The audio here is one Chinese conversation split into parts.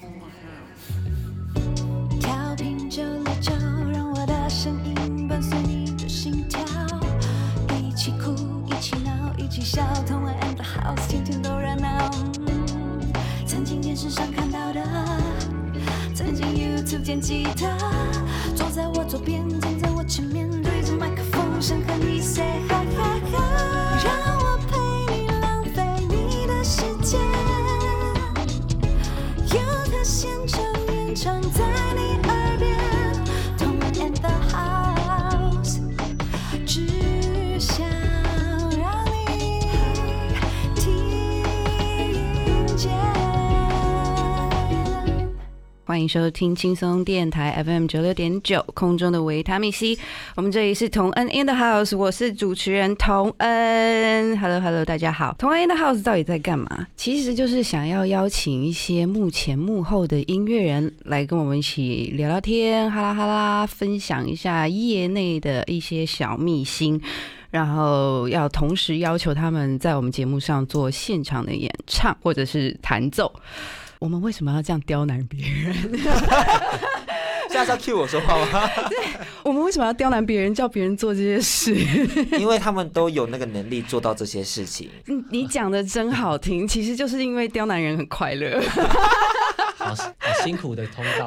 听的哈。调频九六九，让我的声音伴随你的心跳，一起哭，一起闹，一起笑，同玩 and the house，天天都热闹。嗯曾经电视上看到的，曾经 YouTube 见吉他，坐在我左边，站在我前面，对着麦克风，想和你 say hi hi hi，让我陪你浪费你的时间。有个现场演唱在你耳边，同我 and the house，只想让你听见。欢迎收听轻松电台 FM 九六点九空中的维他命 C，我们这里是同恩 in the house，我是主持人同恩，Hello Hello，大家好。同恩 in the house 到底在干嘛？其实就是想要邀请一些幕前幕后的音乐人来跟我们一起聊聊天，哈啦哈啦，分享一下业内的一些小秘辛。然后要同时要求他们在我们节目上做现场的演唱或者是弹奏。我们为什么要这样刁难别人？ 现在是要 cue 我说话吗？我们为什么要刁难别人，叫别人做这些事？因为他们都有那个能力做到这些事情。你你讲的真好听，其实就是因为刁难人很快乐。好好辛苦的通 道，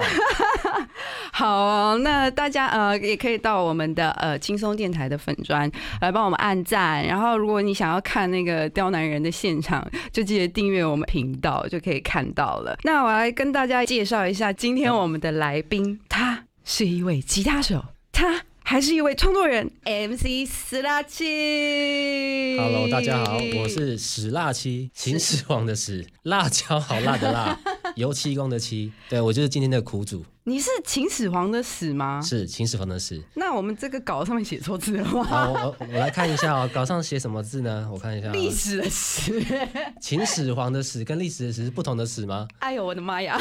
好、哦，那大家呃也可以到我们的呃轻松电台的粉砖来帮我们按赞，然后如果你想要看那个刁难人的现场，就记得订阅我们频道就可以看到了。那我来跟大家介绍一下今天我们的来宾，他是一位吉他手，他。还是一位创作人，MC 斯拉奇。 Hello，大家好，我是史辣七，秦始皇的史，辣椒好辣的辣， 油漆工的漆，对我就是今天的苦主，你是秦始皇的始吗？是秦始皇的史。那我们这个稿上面写错字了吗？好，我我我来看一下哦，稿上写什么字呢？我看一下哦，历史的史，秦始皇的史跟历史的史是不同的史吗？哎呦我的妈呀！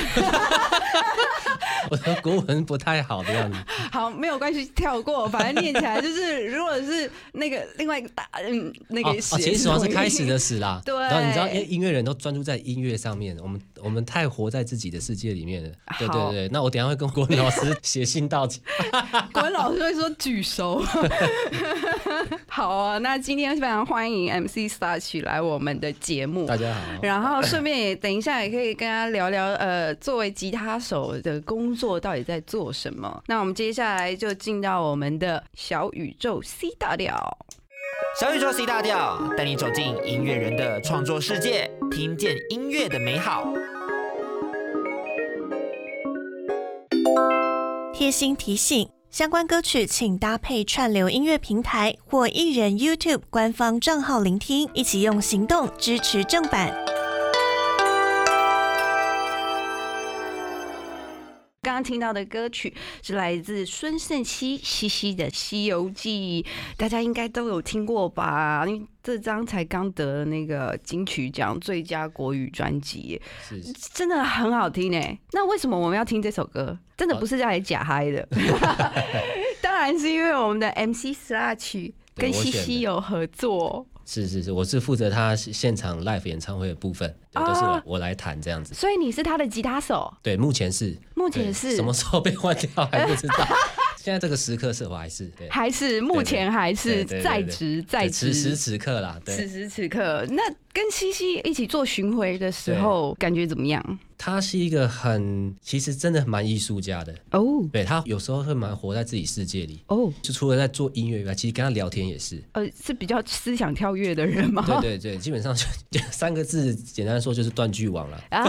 我的国文不太好的样子。好，没有关系，跳过，反正念起来就是，如果是那个另外一个大嗯 那哦个哦，秦始皇是开始 的，始啦。对然后你知道，因为音乐人都专注在音乐上面，我们我们太活在自己的世界里面了。对好对对，那我等一下会跟国文老师写信道歉。国文老师会说举 手。好啊，那今天非常欢迎 MC Starch 来我们的节目。大 家 好，然后顺便也等一下也可以跟他聊聊，呃，作为吉他手的工作到底在做什么？那我们接下来就进到我们的小宇宙 C 大调。小宇宙 C 大调带你走进音乐人的创作世界，听见音乐的美好。贴心提醒：相关歌曲请搭配串流音乐平台或艺人 YouTube 官方账号聆听，一起用行动支持正版。刚刚听到的歌曲是来自孙盛熙西西的《西游记》，大家应该都有听过吧？因为这张才刚得了那个金曲奖最佳国语专辑耶，是是真的很好听诶。那为什么我们要听这首歌？真的不是在假嗨的， 当然是因为我们的 MC Slash 跟对我西选西的有合作，是是是，我是负责他现场 live 演唱会的部分，对都是哦我我来弹这样子。所以你是他的吉他手，对，目前是，目对前是什么时候被换掉还不知道。 现在这个时刻是我还是对，还是目对对前还是对对对在对职在对此职时此刻啦，对此，时此刻，那跟西西一起做巡回的时候，感觉怎么样？他是一个很，其实真的蛮艺术家的，哦对他有时候会蛮活在自己世界里，哦，就除了在做音乐以外，其实跟他聊天也是。呃，是比较思想跳跃的人吗？对对对，基本上就就三个字，简单说就是断句王了。 啊，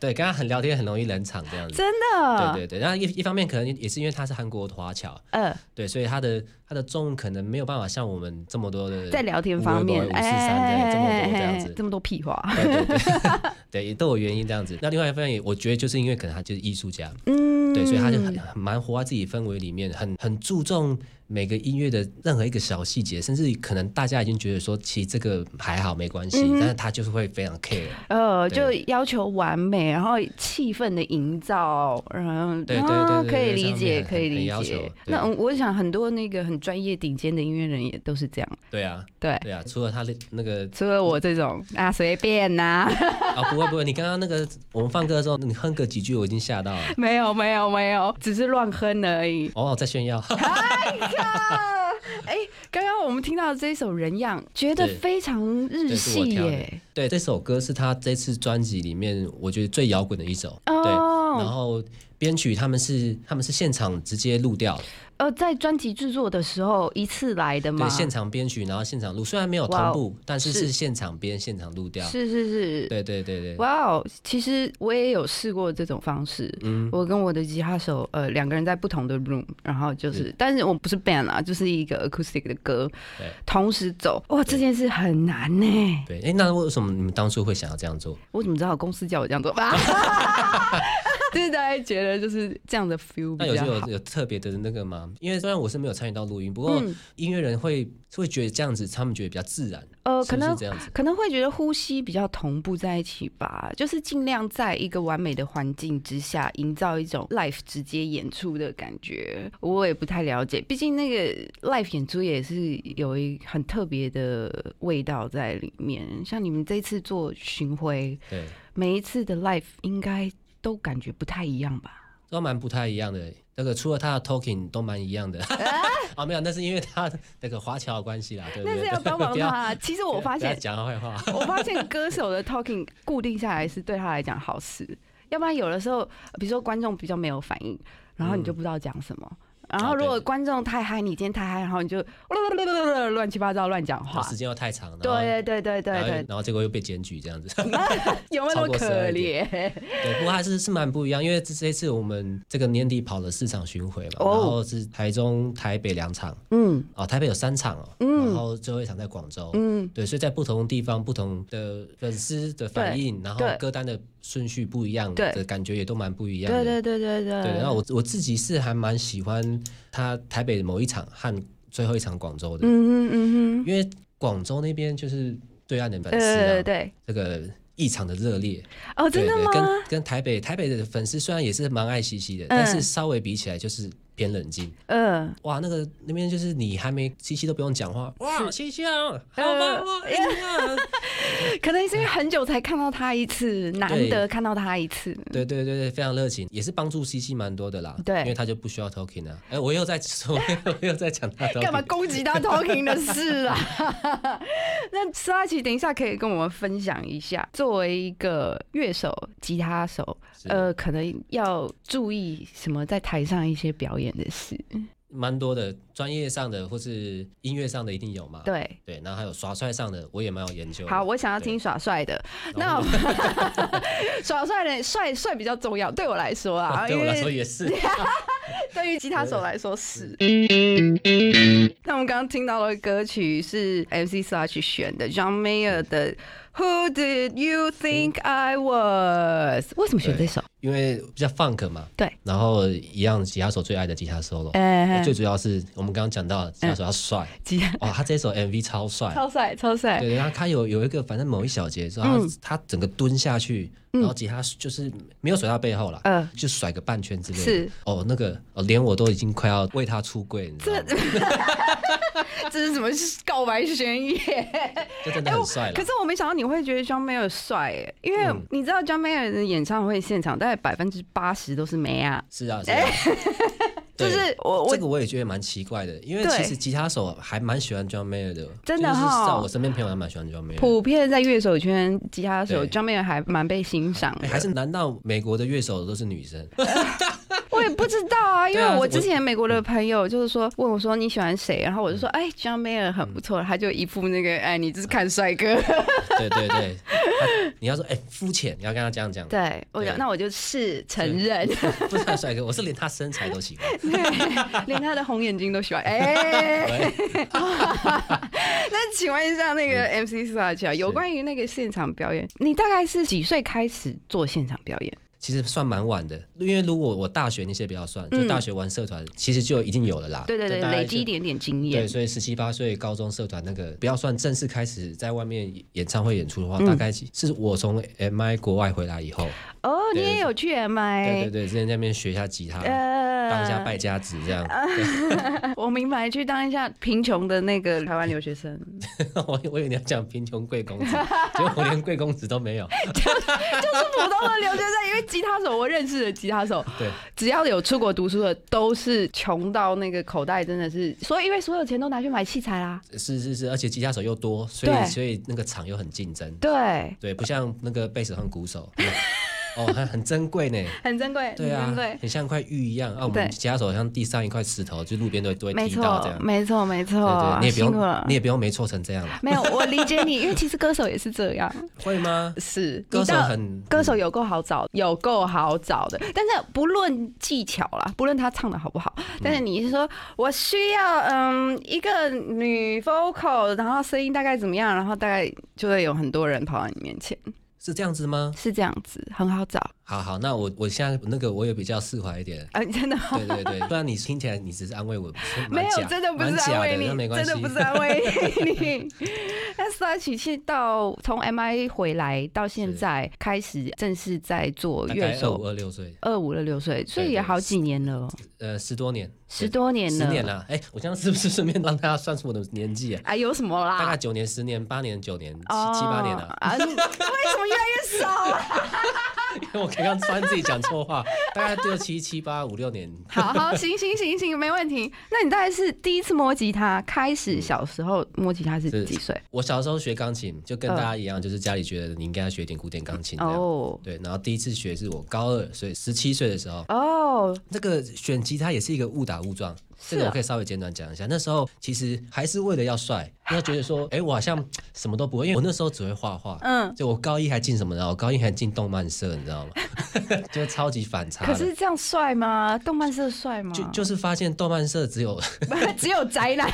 对，跟他很聊天很容易冷场这样子。真的，对对对，然后一一方面可能也是因为他是韩国华侨，呃，对，所以他的他的中文可能没有办法像我们这么多的在聊天方面哎五，四三这样这么多这样这子。么多屁话， 对对对，对也都有原因这样子。那另外一方面也，我觉得就是因为可能他就是艺术家，嗯，对，所以他就很很蛮活在自己氛围里面，很很注重每个音乐的任何一个小细节，甚至可能大家已经觉得说，其实这个还好没关系，嗯哼但是他就是会非常 care。呃，就对要求完美，然后气氛的营造，然后对对啊对对可以对理上解，面可以很理要求解对。那嗯我想很多那个很专业顶尖的音乐人也都是这样，对啊， 对。对啊，除了他的那个除了我这种啊，随便呐、 啊、不会不会，你刚刚那个我们放歌的时候，你哼个几句，我已经吓到了。没有没有没有，只是乱哼而已。哦，在炫耀， 啊，哎，刚刚我们听到这一首《人样》，觉得对非常日这是我系挑的耶。。对，这首歌是他这次专辑里面我觉得最摇滚的一首。对，哦然后编曲他们是他们是现场直接录掉，呃，在专辑制作的时候一次来的嘛，对，现场编曲，然后现场录，虽然没有同哇哦步，但是是是现场编、现场录掉。是是是，对对对对，哇哦，其实我也有试过这种方式。嗯，我跟我的吉他手，呃，两个人在不同的 room，然后就是，是但是我不是 band 啊，就是一个 acoustic 的歌对，同时走，哇，这件事很难呢。对。哎，那为什么你们当初会想要这样做？我怎么知道公司叫我这样做？ 就是大家觉得就是这样的 feel 那比有较有好。有特别的那个吗？因为虽然我是没有参与到录音，不过嗯音乐人会会觉得这样子，他们觉得比较自然，呃，是可不是能这样子？可能会觉得呼吸比较同步在一起吧，就是尽量在一个完美的环境之下，营造一种 live 直接演出的感觉。我也不太了解，毕竟那个 live 演出也是有一很特别的味道在里面。像你们这次做巡回，对，每一次的 live 应该都感觉不太一样吧？都蛮不太一样的。那个除了他的 talking 都蛮一样的。 啊，没有，那是因为他那个华侨的关系啦，对不哎那对？是要帮忙 不要他。其实我发不要现讲他坏话。 我发现歌手的 talking 固定下来是对他来讲好事，要不然有的时候，比如说观众比较没有反应，然后你就不知道讲什么。然后哦对如果观众太嗨，你今天太嗨，然后你就 乱七八糟乱讲然话后时。间又太长，然后对对对对对然后对，然后结果又被检举这样子。 有没有那哎超么过可12怜？对，不过还是是蛮不一样，因为这这一次我们这个年底跑了四场巡回嘛，哦然后是台中、台北两场，嗯哦，台北有三场哦，嗯然后最后一场在广州。嗯，对，所以在不同地方、不同的粉丝的反应，然后对歌单的顺序不一样，对的感觉也都蛮不一样的。对对对对对。对，然后我我自己是还蛮喜欢他台北某一场和最后一场广州的，嗯嗯嗯因为广州那边就是对岸的粉嗯，丝啊，呃对，这个异常的热烈，哦真的对对，吗？跟跟台北台北的粉丝虽然也是蛮爱惜惜的，嗯但是稍微比起来就是偏冷静。嗯，哇，那个那边就是你还没七夕都不用讲话，哇，七夕啊，好呃 棒哦，哎呀可能是因为很久才看到他一次，难对得看到他一次。对对对对，非常热情，也是帮助西西蛮多的啦。对因为他就不需要 talking 啊。哎，我又在 我又在讲他 talking，干嘛攻击他 talking 的事啊？ 那斯拉奇，等一下可以跟我们分享一下，作为一个乐手、吉他手，是呃，可能要注意什么在台上一些表演的事。蛮多的，专业上的或是音乐上的一定有嘛。对，对，然后还有耍帅上的，我也蛮有哦研究的。好，我想要听耍帅的。那 耍帅的帅帅比较重要，对我来说啊， 对因我来说为 也是。对于吉他手来说是。那我们刚刚听到的歌曲是 MC Slash 选的 John Mayer 的 Who Did You Think I Was？为什么选这首？因为比较 funk 嘛，对，然后一样吉他手最爱的吉他 solo，、哎最主要是我们刚刚讲到的吉他手要帅，吉 他哇、他这首 MV 超帅，嗯超帅，超帅，对，然后他有有一个反正某一小节，然嗯后他、他整个蹲下去，然后吉他就是没有甩到背后了，嗯就甩个半圈之类的，是，哦，那个哦，连我都已经快要为他出柜，你知 道吗？这是什么告白宣啊言？就真的很帅了可，是哎我没想到你会觉得 John Mayer 帅耶，因为嗯你知道 John Mayer 的演唱会现场大概百分之八十都是美啊，是啊，是啊。 就对是我我这个我也觉得蛮奇怪的，因为对其实吉他手还蛮喜欢 John Mayer 的，真的就是哈在我身边朋友还蛮喜欢 John Mayer 的。普遍在乐手圈吉他手对 John Mayer 还蛮被欣赏哎的，还是难道美国的乐手都是女生？ 我也不知道啊，因对为啊我我之前美国的朋友就是说问我说你喜欢谁，然后我就说哎，John Mayer 很不错，他就一副那个哎，你就是看帅 哥。对对对，他你要说哎肤浅，你要跟他这样讲，对，我就对那我就是承认，不是他帅哥，我是连他身材都喜欢。 连他的红眼睛都喜欢。哎，喂那请问一下那个嗯 MC 四二七啊，有关于那个现场表演，你大概是几岁开始做现场表演？其实算蛮晚的，因为如果我大学那些不要算，就大学玩社团，其实就已经有了啦。嗯对对对，就大概累就积一点点经验对，。所以十七八岁高中社团那个，不要算正式开始在外面演唱会演出的话，嗯大概是我从 MI 国外回来以后，哦，你对也有去 M 对对 I？对，之前在那边学一下吉他，哎呃当一下败家子这样。 我明白，去当一下贫穷的那个台湾留学 生，就 我我以为你要讲贫穷贵公子，结果我连贵公子都没有。是普通的留学生。因为吉他手，我认识的吉他手，对，只要有出国读书的，都是穷到那个口袋真的是，所以因为所有钱都拿去买器材啦。是是是，而且吉他手又多，所对以所以那个场又很竞争。对，对，不像那个贝斯和鼓手，哦，很很珍贵呢。很珍贵，对很啊珍贵，。很像一块玉一样啊。我对们吉他手像地上一块石头，就路边都都会没踢到这错样，。没错，没对错对，，你也不哦辛苦用了你。也不用没错成这 样了，没有，我理解你，因为其实歌手也是这样，会吗？ 是你歌手到很歌手有够好找，有够好找的。但是不论技巧啦，不论他唱的好不好，但是你是说我需要嗯一个女 vocal，然后声音大概怎么样，然后大概就会有很多人跑到你面前， 是这样子吗？是这样子，很好找。好好，那我我现在那个我也比较释怀 一点。啊，真的吗对对对，不然你听起来你只是安慰我，没蛮假有，真的不蛮是假安慰的那你，没真关系的不是安慰 你。那 Slash 是到从 MI 回来到现是在开始正式在做大乐概二五手，二六岁，二五了六岁，所以也对好几年了哦，呃，十多年，十多年了，十年了。哎，我这样是不是顺便让大家算出我的年纪啊？哎，有什么啦？大概九年、十年、八年、九年、七七八年了。啊！为什么越来越少了？ 因哦 为我刚刚突然自己讲错话，大概六七七八五六年。好好，行行行行，没问题。那你大概是第一次摸吉他，开始小时候摸吉他是嗯是几岁？我小时候学钢琴，就跟大家一样，就是家里觉得你应该要学一点古典钢琴这嗯样。哦对，然后第一次学是我高二，所以十七岁的时候，哦，这个选吉他也是一个误打误撞。是这个啊我可以稍微简短讲一下。那时候其实还是为了要帅，要觉得说，哎，我好像什么都不会，因为我那时候只会画画。嗯。就我高一还进什么呢？我高一还进动漫社，你知道吗？ 就超级反差的。可是这嗯样帅吗？动漫社帅吗？就就是发现动漫社只有 只有宅男。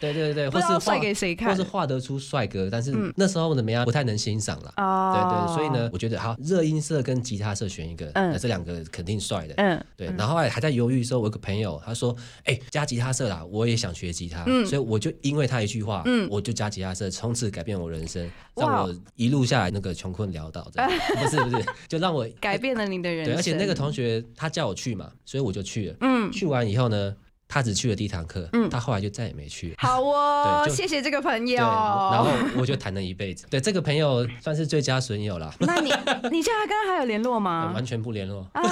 对对对，不或知是道帅画给谁看嗯或是画得出帅哥，但是那时候怎么样不太能欣赏啦。 对哦对，所以呢，，我觉得好，热音社跟吉他社选一个，嗯那这两个肯定帅的。嗯，对，然后后来还在犹豫的时候，我有个朋友他说：“哎、加吉他社啦，我也想学吉他。嗯所以我就因为他一句话，我就加吉他社，从此改变我人生，让哇我一路下来那个穷困潦倒这样， 不是不是，就让我哎改变了你的人生。对，嗯而且那个同学他叫我去嘛，所以我就去了。去完以后呢，他只去了第一堂课，他后来就再也没去了。好哦，对就谢谢这个朋对，友。然后我就谈了一辈子。对，这个朋友算是最佳损友啦，那你你现在跟他还有联络吗？完全不联络。啊，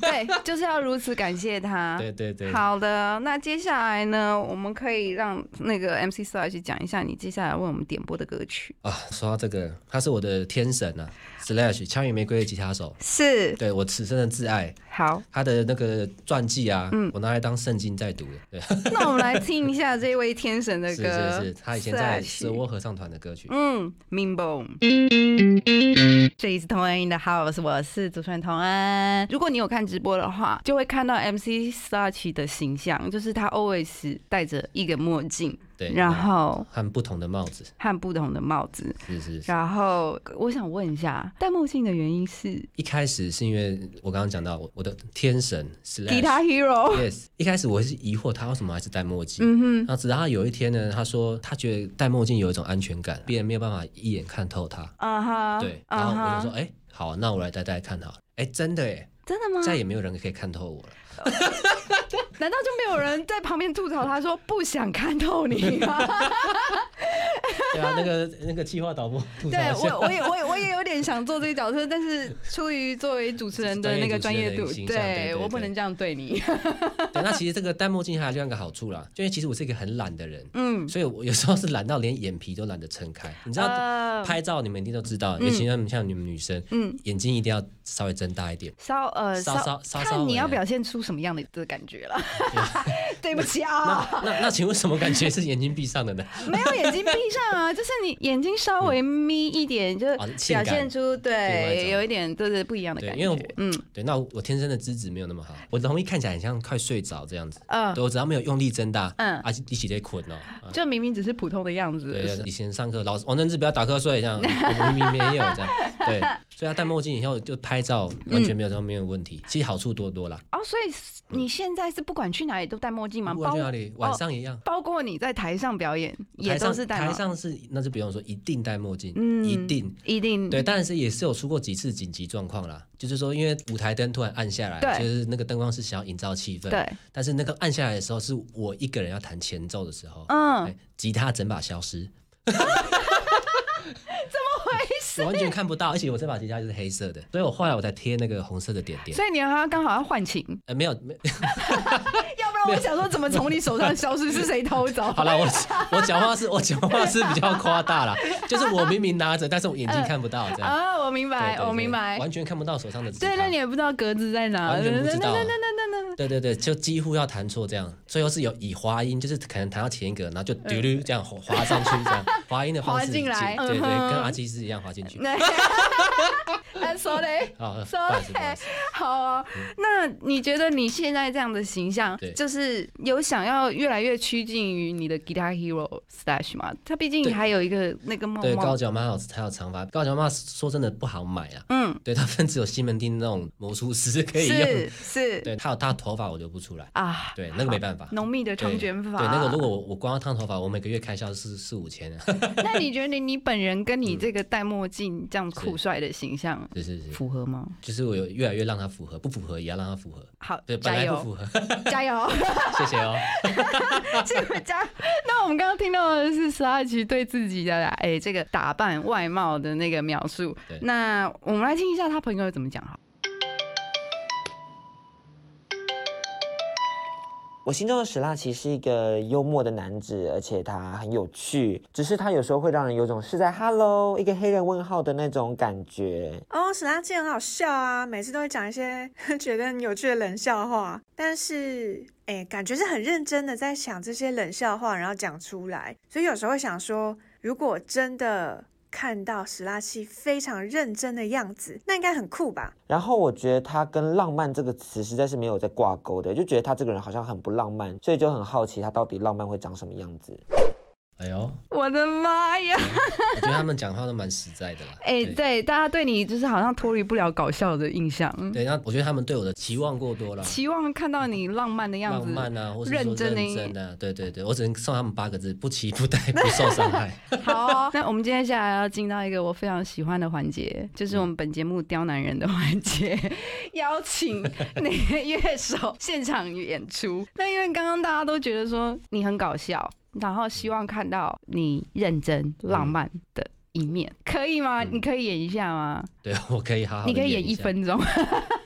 对，就是要如此感谢他。对对对，啊好的，那接下来呢，我们可以让那个 MC Slash 讲一下你接下来为我们点播的歌曲。啊，说到这个，他是我的天神啊，Slash 枪与玫瑰的吉他 手，是，对我此生的挚爱。好，他的那个传记啊，嗯我拿来当圣经在读的。对，那我们来听一下这位天神的是歌。是是，他以前在 Slash 蛇窝合唱团的歌曲。嗯，Mean Bone。这里是同恩 in the house，我是主持人同恩。如果你有看直播的话，就会看到 MC Starch 的形象，就是他 always 戴着一个墨镜，对，然后和不同的帽子，和不同的帽子。是是是。然后我想问一下，戴墨镜的原因是一开始是因为我刚刚讲到我我的天神 s 吉他 Hero。 yes，一开始我是疑惑他为什么还是戴墨镜。嗯哼，然后直到他有一天呢，他说他觉得戴墨镜有一种安全感，别人没有办法一眼看透他。啊哈，对，然啊后我哈就，说，哎、好，那我来戴戴看好了。哎，真的哎，真的吗？再也没有人可以看 透我了。难道就没有人在旁边吐槽他说不想看透你 吗？对啊，那个那个计划导播吐槽对一下我，我也我也我也有点想做这个角色，但是出于作为主持人的那个专业度专业主，持人的形象 对对对我不对能这样对你。对那其实这个戴墨镜还有另外一个好处啦，就因为其实我是一个很懒的人，嗯，所以我有时候是懒到连眼皮都懒得撑开。你知道呃拍照你们一定都知道，尤其像像你们女生，嗯眼睛一定要稍微睁大一点。稍呃稍稍稍稍看你微要啊表现出什么样的的感觉了。 对不起 啊，那那请问什么感觉是眼睛闭上的呢？没有眼睛闭上啊，就是你眼睛稍微眯一点，就是哦性表感现出另外一对种有一点对对不一样的对感因为觉我。嗯对，那我我天生的资质没有那么好，我容易看起来很像快睡着这样子。嗯，对我只要没有用力睁大，嗯嗯，啊，一起在捆哦。啊就明明只是普通的样子，哦对，以前上课老师王正志不要打瞌睡这样，我明明没有这样。对，所以他戴墨镜以后就拍照完全没有这方面的问嗯题，其实好处多多啦。哦，所以你现在是不管去哪里都戴墨镜吗？不管包去哪里，晚上一样。包括你在台上表演也台都上是戴吗台上是那就不用说，一定戴墨镜，嗯一定。一定对，但是也是有出过几次紧急状况啦，就是说因为舞台灯突然暗下来，对就是那个灯光是想要营造气氛，对，但是那个暗下来的时候，是我一个人要弹前奏的时候，嗯哎，吉他整把消失。 我完全看不到，而且我这把吉他就是黑色的，所以我后来我才贴那个红色的点点。所以你好像刚好要换琴，呃，没有，没 要不然我想说怎么从你手上消失？是谁偷走？好了，我我讲话是我讲 话是比较夸大啦，就是我明明拿着，但是我眼睛看不到这样。啊，我明白，对对我对明白。完全看不到手上的吉他。对，那你也不知道格子在哪，完全不知道啊那那那那那对对对，就几乎要弹错这样，最后是有以滑音，就是可能弹到前一个，然后就丢溜这样滑滑上去 这样，滑音的方嗯式滑进来对对，嗯哼跟阿基斯一样滑进去。 那那 I'm sorry。好，不 So 好意思，不好意思。 好啊，那你觉得你现在这样的形象嗯对，就是有想要越来越趋近于你的 Guitar Hero Slash 吗？他毕竟对还有一个那个梦对，高梦，脚妈还有还有长发，高脚妈说真的不好买啊。嗯，对，他们只有西门町那种魔术师可以用。是是对，他有他的头发我留不出来，啊，对，那个没办法。浓密的长对卷发，对，那个如果我我光要烫头发，我每个月开销是四五千啊。 那你觉得你本人跟你这个戴墨镜这样酷帅的形象是嗯是是，符合吗？就是我有越来越让它符合，不符合也要让它符合。好对，，本加来不油，符合， 加油！谢谢哦。 这个加。 那我们刚刚听到的是十二奇对自己的哎、这个打扮外貌的那个描述对。那我们来听一下他朋友怎么讲哈。我心中的史拉奇是一个幽默的男子，而且他很有趣，只是他有时候会让人有种是在 “hello” 一个黑人问号的那种感觉。哦，史拉基很好笑啊，每次都会讲一些 觉得很有趣的冷笑话，但是哎，感觉是很认真的在想这些冷笑话，然后讲出来，所以有时候会想说，如果真的看到史拉奇非常认真的样子，那应该很酷吧？然后我觉得他跟浪漫这个词实在是没有在挂钩的，就觉得他这个人好像很不浪漫，所以就很好奇他到底浪漫会长什么样子。哎呦，我我的妈呀！觉得他们讲话都蛮实在的啦。 哎、对对，大家对你就是好像脱离不了搞笑的印象，对，那我觉得他们对我的期望过多了。期望看到你啊浪漫的样浪子。漫啊，或是说认认真的真啊，对对对，我只能送他们八个字：不 期不待，不受伤害。好、哦 那我们接下来要进到一个我非常喜欢的环节，就是我们本节目刁难人的环 节，邀请那个乐手现场演出。 那因为刚刚大家都觉得说你很搞笑，然后希望看到你认真浪漫的。一面嗯可以吗？你可以演一下吗？对 我可以好嗯好，你可以演演一下。分钟，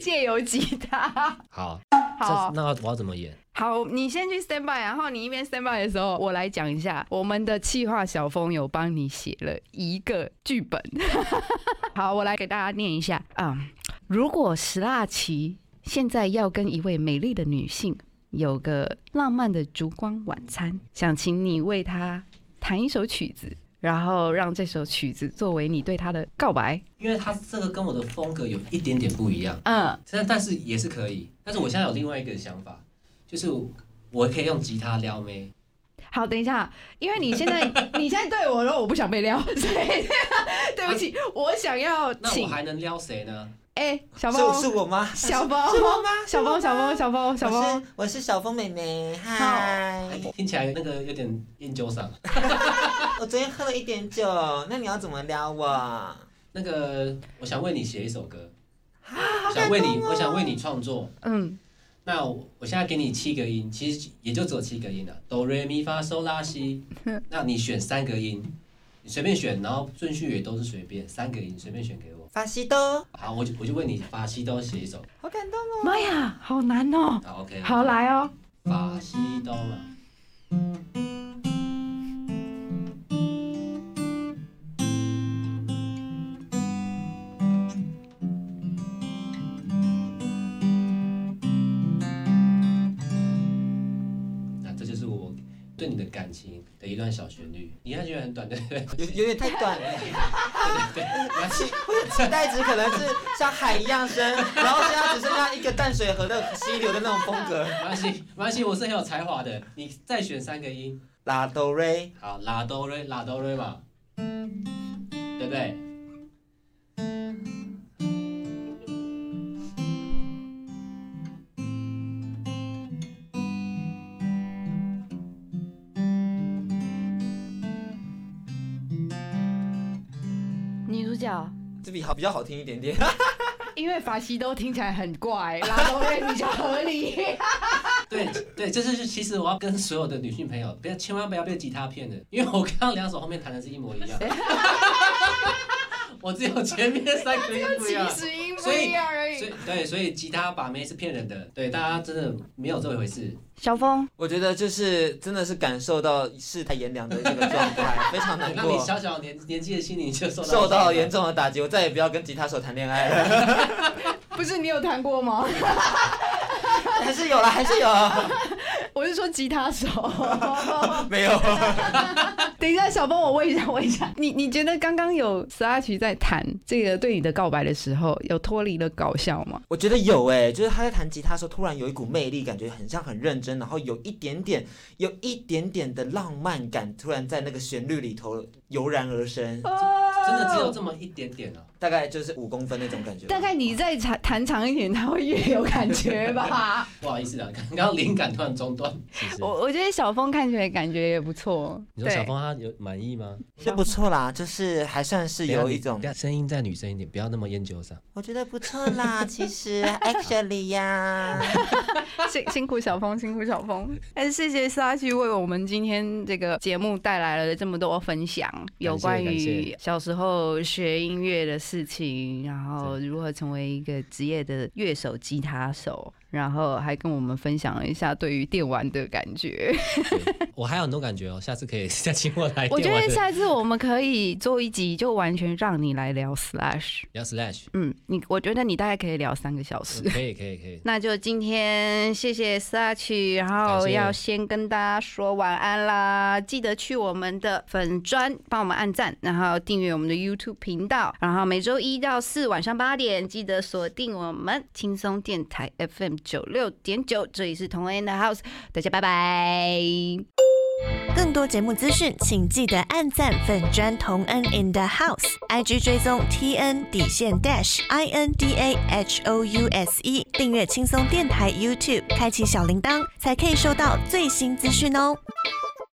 借由吉他。好，好这，那我要怎么演？好，你先去 stand by，然后你一边 stand by 的时候，我来讲一下，我们的企划小峰有帮你写了一个剧本。 好，我来给大家念一下啊、如果史拉奇现在要跟一位美丽的女性有个浪漫的烛光晚餐，想请你为她弹一首曲子，然后让这首曲子作为你对她的告白。因为他这个跟我的风格有一点点不一样，嗯，但但是也是可以。但是我现在有另外一个想法，就是我可以用吉他撩妹。好，等一下，因为你现 在你现在对我说我不想被撩，所以对不起，我想要那我请还能撩谁呢？哎、小是我包，是我吗？小包是我吗？小包，小包，包，小包，小我包是，我是小峰妹妹，嗨。哎听起来那个有点烟酒嗓。我昨天喝了一点酒，那你要怎么撩我？那个，我想为你写一首歌，啊想为哦你，我想为你创作。嗯，那我我现在给你七个音，其实也就只有七个音了，哆瑞咪发嗦拉西。那你选三个音，你随便选，然后顺序也都是随便，三个音随便选给我。法西多，好，我就我就为你法西多写一首。好感动哦。妈呀，好难哦、好，OK。好，来哦、法西多嘛。那这就是我对你的感情的一段小旋律，你还觉得很短， 对不对？有有点太短 了，对，然后期我的期待值可能是像海一样深，然后现在只剩下一个淡水河的溪流的那种风格。没关系，没关系，我是很有才华的。你再选三个音，拉哆瑞，好，拉哆瑞，拉哆瑞嘛，对不对？这比好比较好听一点点。 因为法西都听起来很怪，拉都瑞比较合理。 对对，这是其实我要跟所有的女性朋友，不要千万不要被吉他骗了，因为我刚刚两首后面弹的是一模一样，我只有前面三个音不一 样。实音啊所以，所以对，所以吉他把妹是骗人的，对，大家真的没有这回事。小峰，我觉得就是真的是感受到世态炎凉的这个状 态，非常难那你过，小小年年纪的心灵就受到受到严重的打击，我再也不要跟吉他手谈恋爱 了。不是你有弹过吗？ 还是有啦，还 是有，我是说吉他手。 哦没有。等一下，小峰，我问一下，问一下，你你觉得刚刚有十阿奇在谈这个对你的告白的时候，有脱离了搞笑吗？我觉得有诶、就是他在弹吉他的时候，突然有一股魅力，感觉很像很认真，然后有一点点，有一点点的浪漫感，突然在那个旋律里头油然而生，真的只有这么一点点啊。大概就是五公分那种感觉吧。大概你再弹弹长一点，他会越有感觉 吧。不好意思啊，刚刚灵感突然中断。是是哦我我觉得小峰看起来感觉也不错。你说小对峰他有满意吗？是不错啦，就是还算是有一种等，下声音再女生一点，不要那么烟酒嗓。我觉得不错啦。其实 actually 呀、辛辛苦小峰，辛苦小峰。哎，谢谢沙琪为我们今天这个节目带来了这么多分享，有关感于谢小时候学音乐的事情，然后如何成为一个职业的乐手、吉他手，然后还跟我们分享了一下对于电玩的感觉。我还有很多感觉哦，下次可以 再请我哎来电玩的。我觉得下次我们可以做一集，就完全让你来聊 Slash。聊 Slash，嗯，你我觉得你大概可以聊三个小时。可以可以可以，那就今天谢谢 Sachi，然后感谢要先跟大家说晚安啦！记得去我们的粉砖帮我们按赞，然后订阅我们的 YouTube 频道，然后每周一到四晚上八点记得锁定我们轻松电台 FM 九六点九，这里是同恩的 House，大家拜拜。更多节目资讯，请记得按赞粉砖同恩 in the house，IG 追踪 T N 底线 dash I N D A H O U S E，订阅轻松电台 YouTube，开启小铃铛，才可以收到最新资讯哦。